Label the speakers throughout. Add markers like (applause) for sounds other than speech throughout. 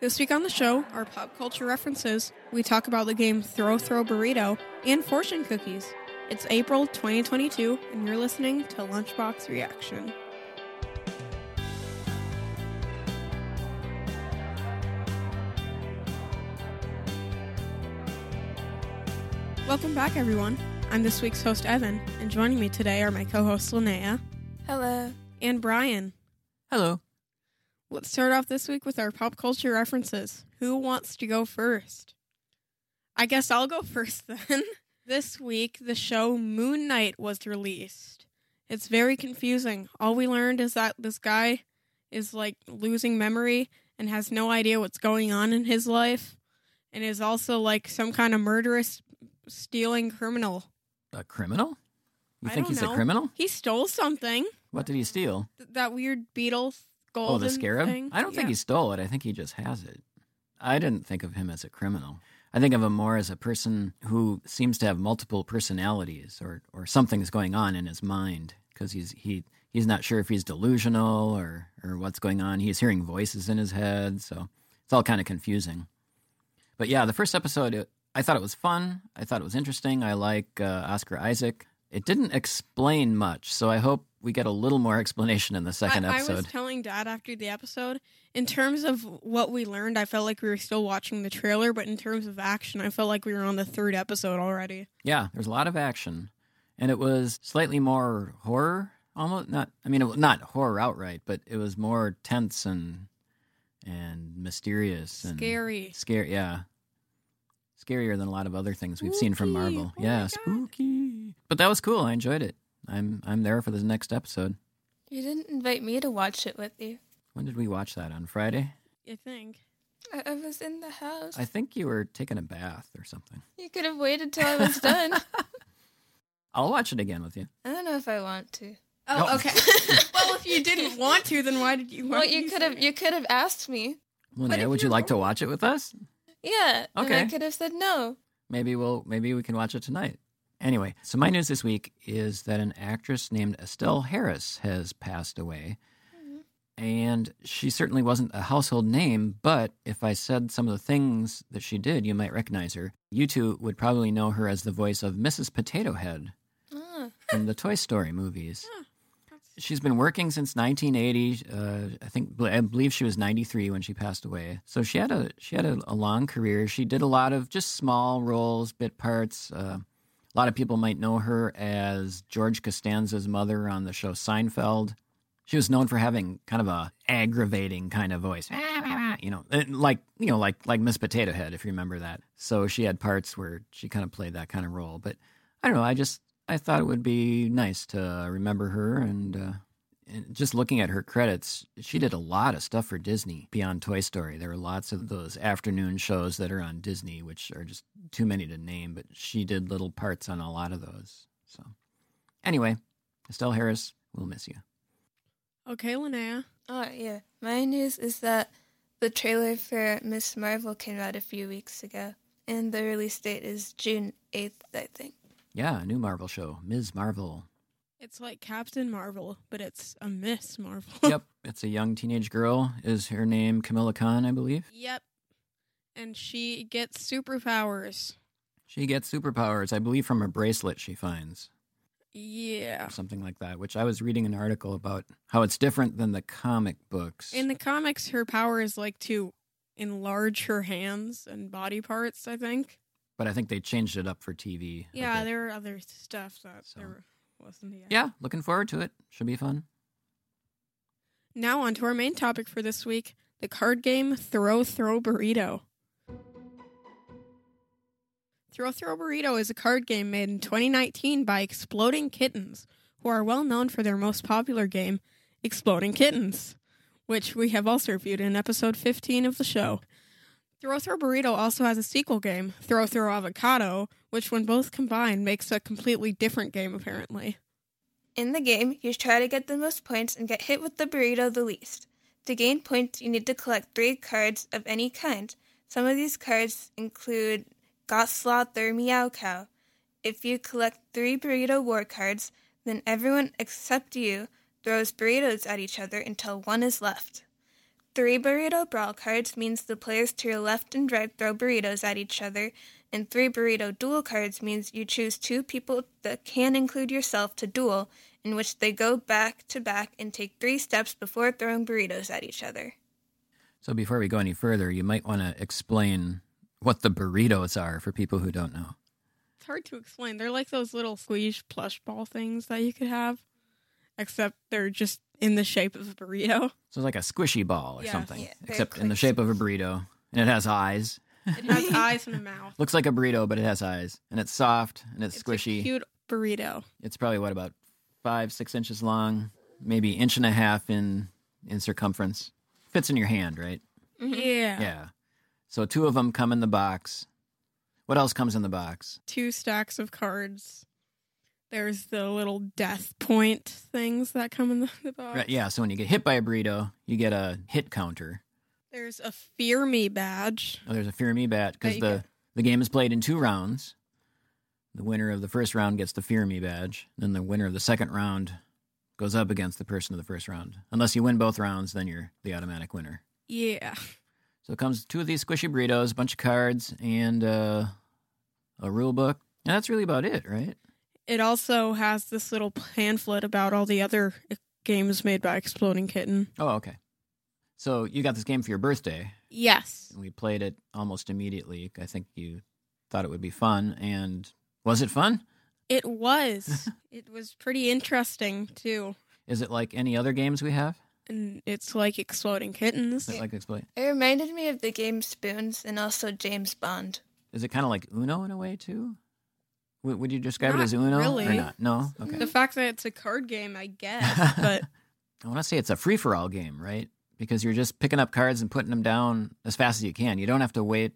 Speaker 1: This week on the show are pop culture references. We talk about the game Throw Throw Burrito and fortune cookies. It's April 2022, and you're listening to Lunchbox Reaction. Welcome back, everyone. I'm this week's host, Evan, and joining me today are my co hosts, Linnea
Speaker 2: Hello.
Speaker 1: and Brian.
Speaker 3: Hello.
Speaker 1: Let's start off this week with our pop culture references. Who wants to go first? I guess I'll go (laughs) first then. this week, the show Moon Knight was released. It's very confusing. All we learned is that this guy is like losing memory and has no idea what's going on in his life and is also like some kind of murderous stealing criminal.
Speaker 4: A criminal? You
Speaker 1: I
Speaker 4: think
Speaker 1: don't
Speaker 4: he's
Speaker 1: know.
Speaker 4: a criminal?
Speaker 1: He stole something.
Speaker 4: What did he steal?
Speaker 1: Th- that weird beetle gold.
Speaker 4: oh, the scarab?
Speaker 1: Thing.
Speaker 4: I don't think
Speaker 1: Yeah.
Speaker 4: he stole it. I think he just has it. I didn't think of him as a criminal. I think of him more as a person who seems to have multiple personalities or, or something's going on in his mind because he's, he, he's not sure if he's delusional or, or what's going on. He's hearing voices in his head. So it's all kind of confusing. But yeah, the first episode, it, I thought it was fun. I thought it was interesting. I like uh, Oscar Isaac. It didn't explain much, so I hope we get a little more explanation in the second
Speaker 1: I, I
Speaker 4: episode.
Speaker 1: was telling Dad after the episode, in terms of what we learned, I felt like we were still watching the trailer, but in terms of action, I felt like we were on the third episode already.
Speaker 4: Yeah, there's a lot of action, and it was slightly more horror. Almost not. I mean, it, wa- not horror outright, but it was more tense and and mysterious and
Speaker 1: Scary.
Speaker 4: Scary, yeah. Scarier than a lot of other things we've seen from
Speaker 1: Spooky.
Speaker 4: Marvel.
Speaker 1: Oh my
Speaker 4: yeah,
Speaker 1: God.
Speaker 4: spooky. But that was cool. I enjoyed it. I'm I'm there for the next episode.
Speaker 2: You didn't invite me to watch it with you.
Speaker 4: When did we watch that on Friday?
Speaker 1: I think.
Speaker 2: I, I was in the house.
Speaker 4: I think you were taking a bath or something.
Speaker 2: you could have waited till I was (laughs) done.
Speaker 4: I'll watch it again with you.
Speaker 2: I don't know if I want to.
Speaker 1: Oh,
Speaker 4: No.
Speaker 2: (laughs)
Speaker 1: okay.
Speaker 4: (laughs)
Speaker 1: well, if you didn't want to, then why did you? why
Speaker 2: well,
Speaker 1: did
Speaker 2: you could have. You could have asked me.
Speaker 1: But
Speaker 4: Linnea,
Speaker 1: if
Speaker 4: would you
Speaker 1: you're
Speaker 4: like to watch it with us?
Speaker 2: Yeah. and I
Speaker 4: Okay.
Speaker 2: could have said no.
Speaker 4: Maybe we'll maybe we can watch it tonight. Anyway, so my news this week is that an actress named Estelle Harris has passed away. And she certainly wasn't a household name, but if I said some of the things that she did, you might recognize her. You two would probably know her as the voice of Mrs. Potato Head
Speaker 2: Ah,
Speaker 4: from the Toy Story movies. She's been working since 1980. Uh, I think I believe she was 93 when she passed away. So she had a she had a, a long career. She did a lot of just small roles, bit parts. Uh, a lot of people might know her as George Costanza's mother on the show Seinfeld. She was known for having kind of a aggravating kind of voice, you know, eh, like you know, like like Miss Potato Head, if you remember that. So she had parts where she kind of played that kind of role. But I don't know. I just I thought it would be nice to remember her, and, uh, and just looking at her credits, she did a lot of stuff for Disney beyond Toy Story. There were lots of those afternoon shows that are on Disney, which are just too many to name, but she did little parts on a lot of those. So anyway, Estelle Harris, we'll miss you.
Speaker 1: Okay, Linnea.
Speaker 2: oh, yeah. My news is that the trailer for Miss Marvel came out a few weeks ago, and the release date is June eighth, I think.
Speaker 4: Yeah, a new Marvel show, Ms. Marvel.
Speaker 1: It's like Captain Marvel, but it's a Miss Marvel.
Speaker 4: yep, it's a young teenage girl. Is her name Camilla Khan, I believe.
Speaker 1: (laughs) yep. And she gets superpowers.
Speaker 4: She gets superpowers, I believe, from a bracelet she finds.
Speaker 1: Yeah.
Speaker 4: or something like that, which I was reading an article about how it's different than the comic books.
Speaker 1: In the comics, her power is like to enlarge her hands and body parts, I think.
Speaker 4: but I think they changed it up for TV. a
Speaker 1: Yeah,
Speaker 4: bit.
Speaker 1: there were other stuff that
Speaker 4: So-
Speaker 1: there wasn't yet.
Speaker 4: yeah, looking forward to it. Should be fun.
Speaker 1: Now on to our main topic for this week, the card game Throw Throw Burrito. Throw Throw Burrito is a card game made in 2019 by Exploding Kittens, who are well known for their most popular game, Exploding Kittens, which we have also reviewed in episode 15 of the show. Throw Throw Burrito also has a sequel game, Throw Throw Avocado, which, when both combined, makes a completely different game, apparently.
Speaker 2: In the game, you try to get the most points and get hit with the burrito the least. To gain points, you need to collect three cards of any kind. Some of these cards include Gotsloth or Meow Cow. If you collect three burrito war cards, then everyone except you throws burritos at each other until one is left. Three burrito brawl cards means the players to your left and right throw burritos at each other, and three burrito duel cards means you choose two people that can include yourself to duel, in which they go back to back and take three steps before throwing burritos at each other.
Speaker 4: So before we go any further, you might want to explain what the burritos are for people who don't know.
Speaker 1: It's hard to explain. They're like those little squeeze plush ball things that you could have, except they're just in the shape of a burrito.
Speaker 4: So it's like a squishy ball or
Speaker 1: Yeah.
Speaker 4: something,
Speaker 2: Yeah, very
Speaker 4: except in the
Speaker 2: close.
Speaker 4: shape of a burrito, and it has eyes.
Speaker 1: It has eyes and a mouth.
Speaker 4: Looks like a burrito, but it has eyes, and it's soft and it's,
Speaker 1: It's
Speaker 4: squishy.
Speaker 1: a cute burrito.
Speaker 4: it's probably what about five, six inches long, maybe inch and a half in in circumference. Fits in your hand, right?
Speaker 1: Yeah.
Speaker 4: Yeah. So two of them come in the box. What else comes in the box?
Speaker 1: Two stacks of cards. There's the little death point things that come in the, (laughs) the box.
Speaker 4: Right, yeah. So when you get hit by a burrito, you get a hit counter.
Speaker 1: There's a fear me badge.
Speaker 4: Oh, there's a fear me bat
Speaker 1: That
Speaker 4: because
Speaker 1: you
Speaker 4: the the game is played in two rounds. The winner of the first round gets the fear me badge. Then the winner of the second round goes up against the person of the first round. Unless you win both rounds, then you're the automatic winner.
Speaker 1: Yeah.
Speaker 4: So it comes two of these squishy burritos, a bunch of cards, and uh, a rule book. And that's really about it, right?
Speaker 1: It also has this little pamphlet about all the other e-, games made by Exploding Kitten.
Speaker 4: Oh, okay. So you got this game for your birthday,
Speaker 1: Yes.
Speaker 4: and we played it almost immediately. I think you thought it would be fun, and was it fun?
Speaker 1: It
Speaker 4: (laughs)
Speaker 1: was. it was pretty interesting, too.
Speaker 4: Is it like any other games we have?
Speaker 1: And it's like Exploding
Speaker 4: Is
Speaker 1: Kittens.
Speaker 4: it like explain?
Speaker 2: It reminded me of the game Spoons and also James Bond.
Speaker 4: Is it kind of like Uno in a way too? Would, would you describe it
Speaker 1: Not
Speaker 4: as Uno or
Speaker 1: really.
Speaker 4: not? No. Okay.
Speaker 1: The fact that it's a card game, I
Speaker 4: (laughs)
Speaker 1: guess, but
Speaker 4: I want to say it's a free for all game, right? Because you're just picking up cards and putting them down as fast as you can. You don't have to wait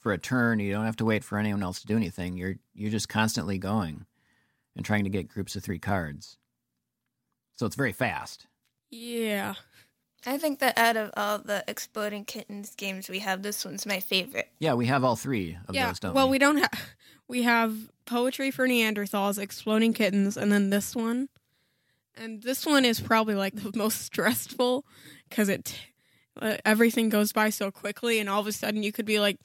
Speaker 4: for a turn. You don't have to wait for anyone else to do anything. You're you're just constantly going and trying to get groups of three cards. So it's very fast.
Speaker 1: yeah.
Speaker 2: I think that out of all the Exploding Kittens games we have, this one's my favorite.
Speaker 4: Yeah, we have all three of
Speaker 1: yeah.
Speaker 4: those, don't
Speaker 1: well,
Speaker 4: we?
Speaker 1: we don't have we have poetry for Neanderthals, exploding kittens, and then this one. And this one is probably like the (laughs) most stressful because it uh, everything goes by so quickly, and all of a sudden you could be like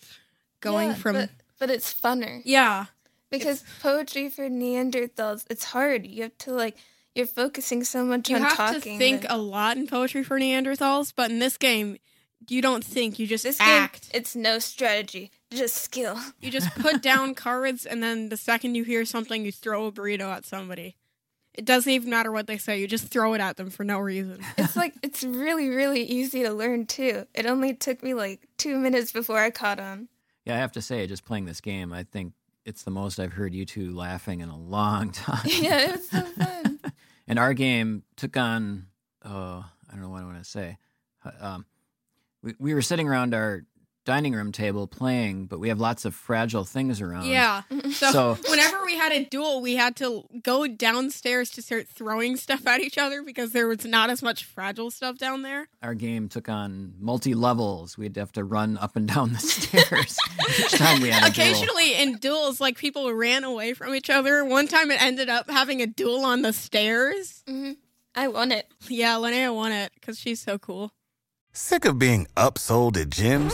Speaker 1: going
Speaker 2: Yeah,
Speaker 1: from
Speaker 2: But, but it's funner.
Speaker 1: yeah
Speaker 2: Because poetry for Neanderthals, it's hard. You have to, like, you're focusing so much
Speaker 1: you
Speaker 2: on
Speaker 1: have
Speaker 2: talking.
Speaker 1: to think
Speaker 2: and-
Speaker 1: a lot in poetry for Neanderthals, but in this game you don't think you just
Speaker 2: this
Speaker 1: act.
Speaker 2: game, it's no strategy,
Speaker 1: (laughs)
Speaker 2: just skill.
Speaker 1: you just
Speaker 2: (laughs)
Speaker 1: put down cards, and then the second you hear something, you throw a burrito at somebody. It doesn't even matter what they say; you just throw it at them for no reason.
Speaker 2: It's like, it's really, really easy to learn, too. It only took me, like, two minutes before I caught on. (laughs)
Speaker 4: yeah, I have to say, just playing this game, I think it's the most I've heard you two laughing in a long (laughs) time.
Speaker 1: (laughs)
Speaker 2: yeah, it was so fun.
Speaker 4: And our game took on, oh, I don't know what I want to say. Uh, Um, we, we were sitting around our dining room table playing, but we have lots of fragile things around.
Speaker 2: (laughs)
Speaker 1: Yeah. So,
Speaker 4: Um, So-
Speaker 1: whenever we had a duel, we had to go downstairs to start throwing stuff at each other because there was not as much fragile stuff down there.
Speaker 4: Our game took on multi levels. We'd have to run up and down the (laughs) stairs each time we had a duel.
Speaker 1: Occasionally in duels, like people ran away from each other. One time it ended up having a duel on the stairs.
Speaker 2: I won it.
Speaker 1: Yeah, Linnea won it because she's so cool.
Speaker 5: Sick of being upsold at gyms?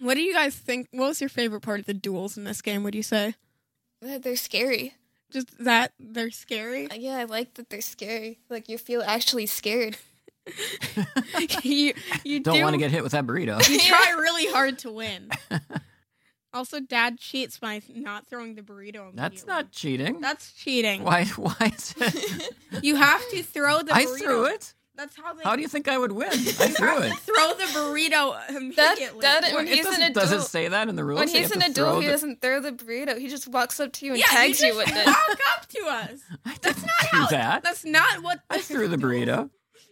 Speaker 1: What do you guys think? What was your favorite part of the duels in this game? Would you say
Speaker 2: They're they're scary.
Speaker 1: just that they're scary?
Speaker 2: Yeah, I like that they're scary. Like, you feel actually scared.
Speaker 1: (laughs) you you
Speaker 4: Don't
Speaker 1: do-
Speaker 4: want
Speaker 1: (laughs)
Speaker 4: to get hit with that burrito.
Speaker 2: (laughs)
Speaker 1: You try really hard to
Speaker 4: (laughs)
Speaker 1: win. also, Dad cheats by not throwing the burrito.
Speaker 4: That's
Speaker 1: immediately.
Speaker 4: not cheating.
Speaker 1: That's cheating.
Speaker 4: Why? Why is it?
Speaker 1: You have to throw (laughs) the.
Speaker 4: I
Speaker 1: burrito.
Speaker 4: threw it.
Speaker 1: That's how they.
Speaker 4: How do you think I would
Speaker 2: (laughs)
Speaker 4: win? I threw it.
Speaker 1: throw the burrito immediately?
Speaker 2: that-
Speaker 4: Wait,
Speaker 2: When
Speaker 4: it
Speaker 2: he's an
Speaker 4: doesn't, does it
Speaker 2: adult-
Speaker 4: say that in the rules?
Speaker 2: When
Speaker 4: that you
Speaker 2: he's
Speaker 4: have
Speaker 2: an
Speaker 4: to throw
Speaker 2: adult, he
Speaker 4: the-
Speaker 2: doesn't throw the burrito. He just walks up to you and
Speaker 1: yeah,
Speaker 2: tags
Speaker 1: you,
Speaker 2: you with
Speaker 1: just (laughs)
Speaker 2: it.
Speaker 1: walk up to us.
Speaker 4: (laughs) I didn't
Speaker 1: Not
Speaker 4: do
Speaker 1: how,
Speaker 4: that.
Speaker 1: That's not what.
Speaker 4: I threw the burrito.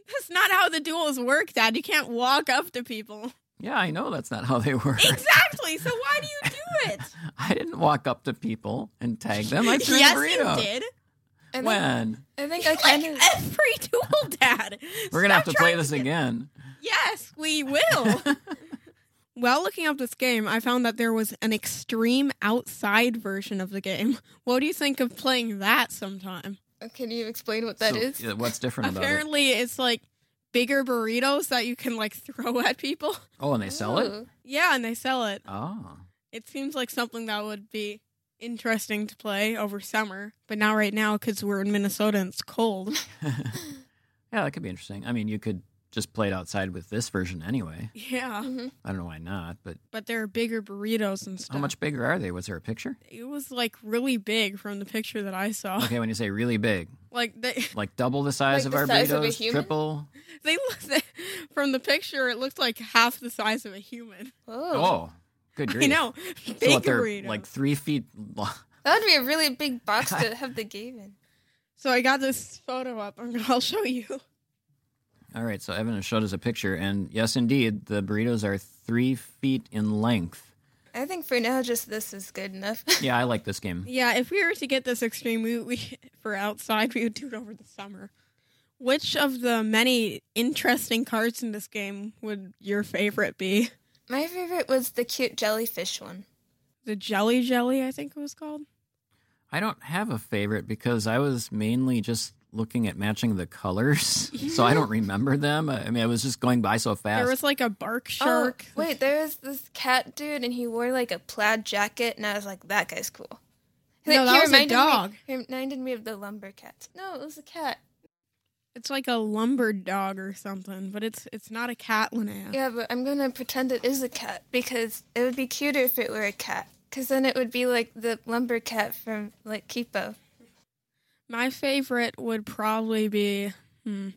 Speaker 1: That's not how the duels work, Dad. You can't walk up to
Speaker 4: (laughs)
Speaker 1: people.
Speaker 4: Yeah, I know that's not how they (laughs) work.
Speaker 1: Exactly. So why do you do
Speaker 4: (laughs)
Speaker 1: it?
Speaker 4: I didn't walk up to people and tag them. I threw
Speaker 1: yes,
Speaker 4: the burrito.
Speaker 1: you did.
Speaker 2: I think-
Speaker 4: When?
Speaker 2: I think I
Speaker 1: Like
Speaker 2: kind of.
Speaker 1: every duel, Dad.
Speaker 4: We're going to have
Speaker 1: Stop
Speaker 4: to play
Speaker 1: trying
Speaker 4: this
Speaker 1: get-
Speaker 4: again.
Speaker 1: Yes, we
Speaker 4: (laughs)
Speaker 1: will. While looking up this game, I found that there was an extreme outside version of the game. (laughs) What do you think of playing that sometime?
Speaker 2: Can you explain what that
Speaker 4: So,
Speaker 2: is?
Speaker 4: yeah, What's different about it?
Speaker 1: Apparently, it's like bigger burritos that you can like (laughs) throw at people.
Speaker 4: Oh, and they sell it?
Speaker 2: Ooh.
Speaker 1: Yeah, and they sell it.
Speaker 4: Oh.
Speaker 1: It seems like something that would be interesting to play over summer, but not right now because we're in Minnesota and it's cold.
Speaker 4: (laughs) Yeah, that could be interesting. I mean, you could just play it outside with this version anyway.
Speaker 1: Yeah,
Speaker 4: I don't know why not, but
Speaker 1: but there are bigger burritos and stuff.
Speaker 4: how much bigger are they? Was there a
Speaker 2: (laughs)
Speaker 4: picture?
Speaker 1: It was like really big from the picture that I saw.
Speaker 4: Okay, when you say really big,
Speaker 1: (laughs) Like they,
Speaker 4: like double the size
Speaker 2: Like
Speaker 4: of
Speaker 2: the
Speaker 4: our
Speaker 2: size of a
Speaker 4: burritos,
Speaker 2: human?
Speaker 4: triple.
Speaker 1: they look from the picture. It looked like half the size of a human. (laughs)
Speaker 2: Whoa.
Speaker 4: Oh, good grief.
Speaker 1: You know,
Speaker 4: So
Speaker 1: big
Speaker 4: what, they're
Speaker 1: burrito.
Speaker 4: like three feet long.
Speaker 2: That would be a really big
Speaker 1: (laughs)
Speaker 2: box to have the game in.
Speaker 1: so I got this photo up. I'm gonna, (laughs) I'll show you.
Speaker 4: All right, so Evan has showed us a picture, and yes, indeed, the burritos are three feet in length.
Speaker 2: I think for now, just this is good enough.
Speaker 4: Yeah, I like
Speaker 1: (laughs)
Speaker 4: this game.
Speaker 1: Yeah, if we were to get this extreme, we, we (laughs) for outside, we would do it over the summer. Which of the many interesting cards in this game would your favorite be?
Speaker 2: (laughs) My favorite was the cute jellyfish one.
Speaker 1: The jelly jelly, I think it was called.
Speaker 4: I don't have a favorite because I was mainly just looking at matching the colors, (laughs) so I don't remember them. I I mean, I was just going by so
Speaker 1: There
Speaker 4: fast.
Speaker 1: was like a bark
Speaker 2: Oh,
Speaker 1: shark.
Speaker 2: wait, there was this cat dude, and he wore like a plaid jacket, and I was like, that guy's cool.
Speaker 1: No,
Speaker 2: Like,
Speaker 1: that
Speaker 2: he
Speaker 1: was a
Speaker 2: reminded
Speaker 1: dog.
Speaker 2: Me, he reminded me of the lumber cat. No, it was a cat.
Speaker 1: It's like a lumber dog or something, but it's it's not a cat, Linnea.
Speaker 2: Yeah, but I'm gonna pretend it is a cat because it would be cuter if it were a cat. Because then it would be like the lumber cat from like Kipo.
Speaker 1: My favorite would probably be. Hmm,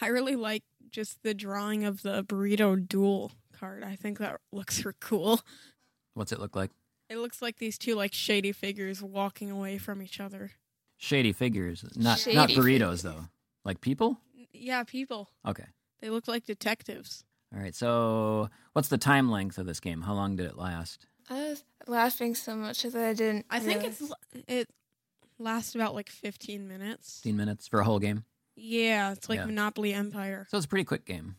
Speaker 1: I really like just the drawing of the burrito duel card. I think that looks (laughs) r- cool.
Speaker 4: What's it look like?
Speaker 1: It looks like these two like shady figures walking away from each other.
Speaker 4: Shady figures, not not
Speaker 2: Shady
Speaker 4: burritos though. Like people.
Speaker 1: Yeah, people.
Speaker 4: Okay.
Speaker 1: They look like detectives.
Speaker 4: All right. So, what's the time length of this game? How long did it last?
Speaker 2: I was laughing so much that I didn't.
Speaker 1: I think
Speaker 2: realize.
Speaker 1: it's l- it lasts about like 15 minutes.
Speaker 4: Fifteen minutes for a whole game.
Speaker 1: Yeah, it's like
Speaker 4: Yeah.
Speaker 1: Monopoly Empire.
Speaker 4: So it's a pretty quick game.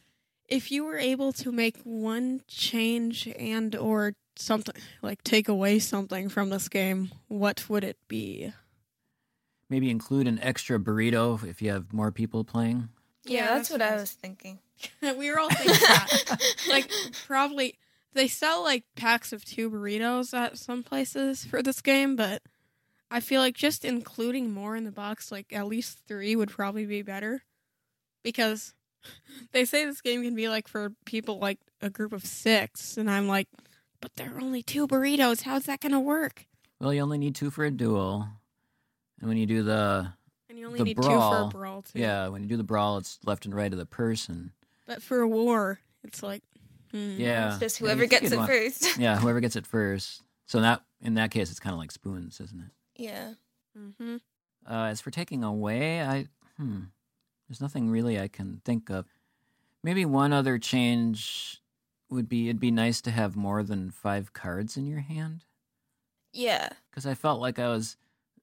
Speaker 1: if you were able to make one change and or something like take away something from this game what would it be
Speaker 4: Maybe include an extra burrito if you have more people playing.
Speaker 2: Yeah, that's, what I was (laughs) thinking.
Speaker 1: (laughs) we were all thinking (laughs) that
Speaker 2: (laughs)
Speaker 1: like probably they sell like packs of two burritos at some places for this game but i feel like just including more in the box like at least three would probably be better because (laughs) they say this game can be like for people like a group of six and i'm like but there are only two burritos how's that gonna work
Speaker 4: Well, you only need two for a duel, and when you do the
Speaker 1: And you only
Speaker 4: The
Speaker 1: need two for
Speaker 4: brawl.
Speaker 1: a brawl too.
Speaker 4: yeah, when you do the brawl, it's left and right of the person.
Speaker 1: But for a war, it's like hmm.
Speaker 4: Yeah,
Speaker 2: Mm, It's just
Speaker 4: Yeah, you'd
Speaker 2: whoever
Speaker 4: think
Speaker 2: gets
Speaker 4: you'd
Speaker 2: it
Speaker 4: want-
Speaker 2: first. (laughs)
Speaker 4: Yeah, whoever gets it first. So that in that case, it's kind of like spoons, isn't it?
Speaker 2: yeah.
Speaker 1: hmm
Speaker 4: Uh, as for taking away, I hmm, there's nothing really I can think of. Maybe one other change would be it'd be nice to have more than five cards in your hand.
Speaker 2: (laughs) Yeah.
Speaker 4: because I felt like I was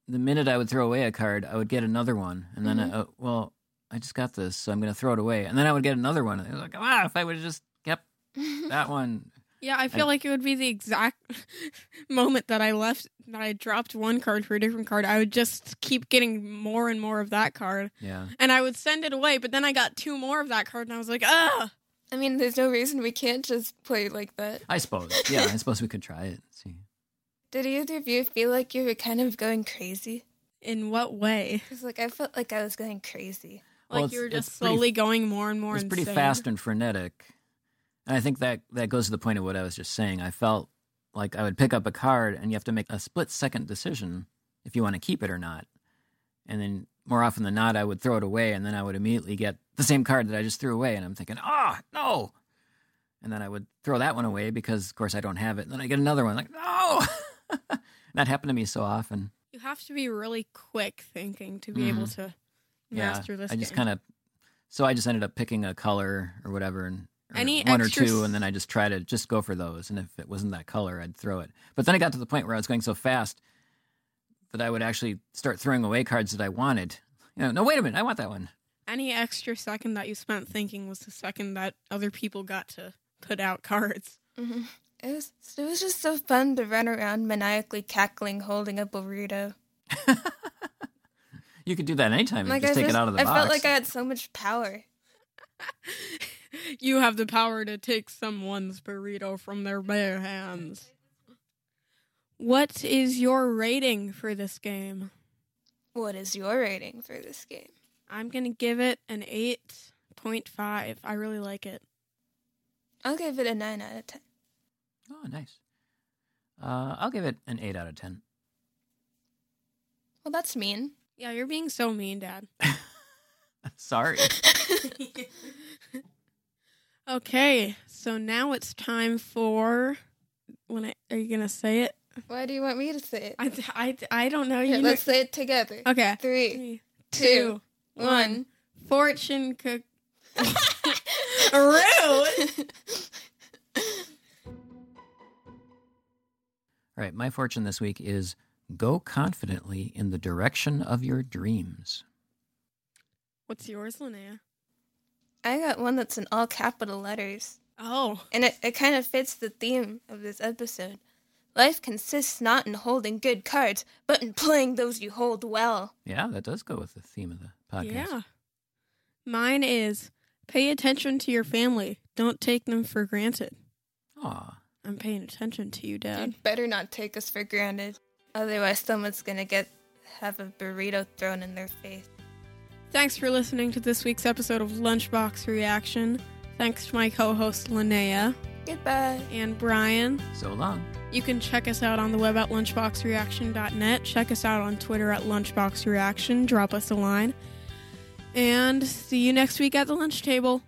Speaker 4: the minute I would throw away a card, I would get another one, and then I, uh, well, I just got this, so I'm going to throw it away, and then I would get another one. It was like, ah, if I would have just kept that one,
Speaker 1: Yeah, I feel
Speaker 4: I-
Speaker 1: like it would be the exact (laughs) moment that I left that I dropped one card for a different card. I would just keep getting more and more of that card.
Speaker 4: yeah,
Speaker 1: And I would send it away, but then I got two more of that card and I was like, ah
Speaker 2: I mean, there's no reason we can't just play like that.
Speaker 4: I suppose, yeah, I suppose we could try it. and See,
Speaker 2: Did either of you feel like you were kind of going crazy?
Speaker 1: in what way?
Speaker 2: Because, like, I felt like I was going crazy.
Speaker 4: Well,
Speaker 1: like you were
Speaker 4: it's- it's
Speaker 1: just
Speaker 4: pretty-
Speaker 1: slowly going more and more
Speaker 4: it's pretty
Speaker 1: insane.
Speaker 4: fast and frenetic and i think that that goes to the point of what i was just saying i felt like i would pick up a card and you have to make a split second decision if you want to keep it or not and then more often than not i would throw it away and then i would immediately get the same card that i just threw away and i'm thinking ah no and then i would throw that one away because of course i don't have it and then i get another one like no (laughs) And that happened to me so often
Speaker 1: You have to be really quick thinking to be able to
Speaker 4: Mm-hmm. yeah
Speaker 1: master this.
Speaker 4: i just
Speaker 1: game.
Speaker 4: kind of so i just ended up picking a color or whatever and or
Speaker 1: Any
Speaker 4: one or
Speaker 1: extra
Speaker 4: two
Speaker 1: s-
Speaker 4: and then i just try to just go for those and if it wasn't that color i'd throw it but then i got to the point where i was going so fast that i would actually start throwing away cards that i wanted you know no wait a minute i want that one
Speaker 1: any extra second that you spent thinking was the second that other people got to put out (laughs) cards.
Speaker 2: It was it was just so fun to run around maniacally cackling, holding a burrito.
Speaker 4: you could do that anytime and just
Speaker 2: I
Speaker 4: take
Speaker 2: just-
Speaker 4: it out of the
Speaker 2: I
Speaker 4: box
Speaker 2: felt like I had so much power.
Speaker 1: You have the power to take someone's burrito from their bare hands. What is your rating for this game?
Speaker 2: What is your rating for this game?
Speaker 1: I'm going to give it an 8.5. I really like it.
Speaker 2: I'll give it a nine out of ten.
Speaker 4: oh nice uh, i'll give it an 8 out of 10
Speaker 2: Well, that's mean.
Speaker 1: Yeah, you're being so mean, Dad.
Speaker 4: (laughs) sorry (laughs)
Speaker 1: Okay, so now it's time for when I, are you going to say it?
Speaker 2: Why do you want me to say it?
Speaker 1: I, I, I don't know.
Speaker 2: Here,
Speaker 1: you
Speaker 2: let's say it together.
Speaker 1: know. Okay.
Speaker 2: Three,
Speaker 1: Three,
Speaker 2: two,
Speaker 1: two,
Speaker 2: one.
Speaker 1: one. Fortune cook. Rude.
Speaker 4: All right, my fortune this week is go confidently in the direction of your dreams.
Speaker 1: What's yours, Linnea?
Speaker 2: (laughs) I got one that's in all capital letters,
Speaker 1: Oh,
Speaker 2: and it, it kind of fits the theme of this episode. Life consists not in holding good cards, but in playing those you hold well.
Speaker 4: Yeah, that does go with the theme of the podcast.
Speaker 1: yeah. Mine is pay attention to your family. Don't take them for granted.
Speaker 4: Aw.
Speaker 1: I'm paying attention to you, Dad.
Speaker 2: You'd better not take us for granted. Otherwise, someone's gonna get have a burrito thrown in their face.
Speaker 1: Thanks for listening to this week's episode of Lunchbox Reaction. Thanks to my co host Linnea
Speaker 2: Goodbye.
Speaker 1: and Brian.
Speaker 4: So long.
Speaker 1: You can check us out on the web at lunchboxreaction.net. Check us out on Twitter at lunchboxreaction. Drop us a line. And see you next week at the lunch table.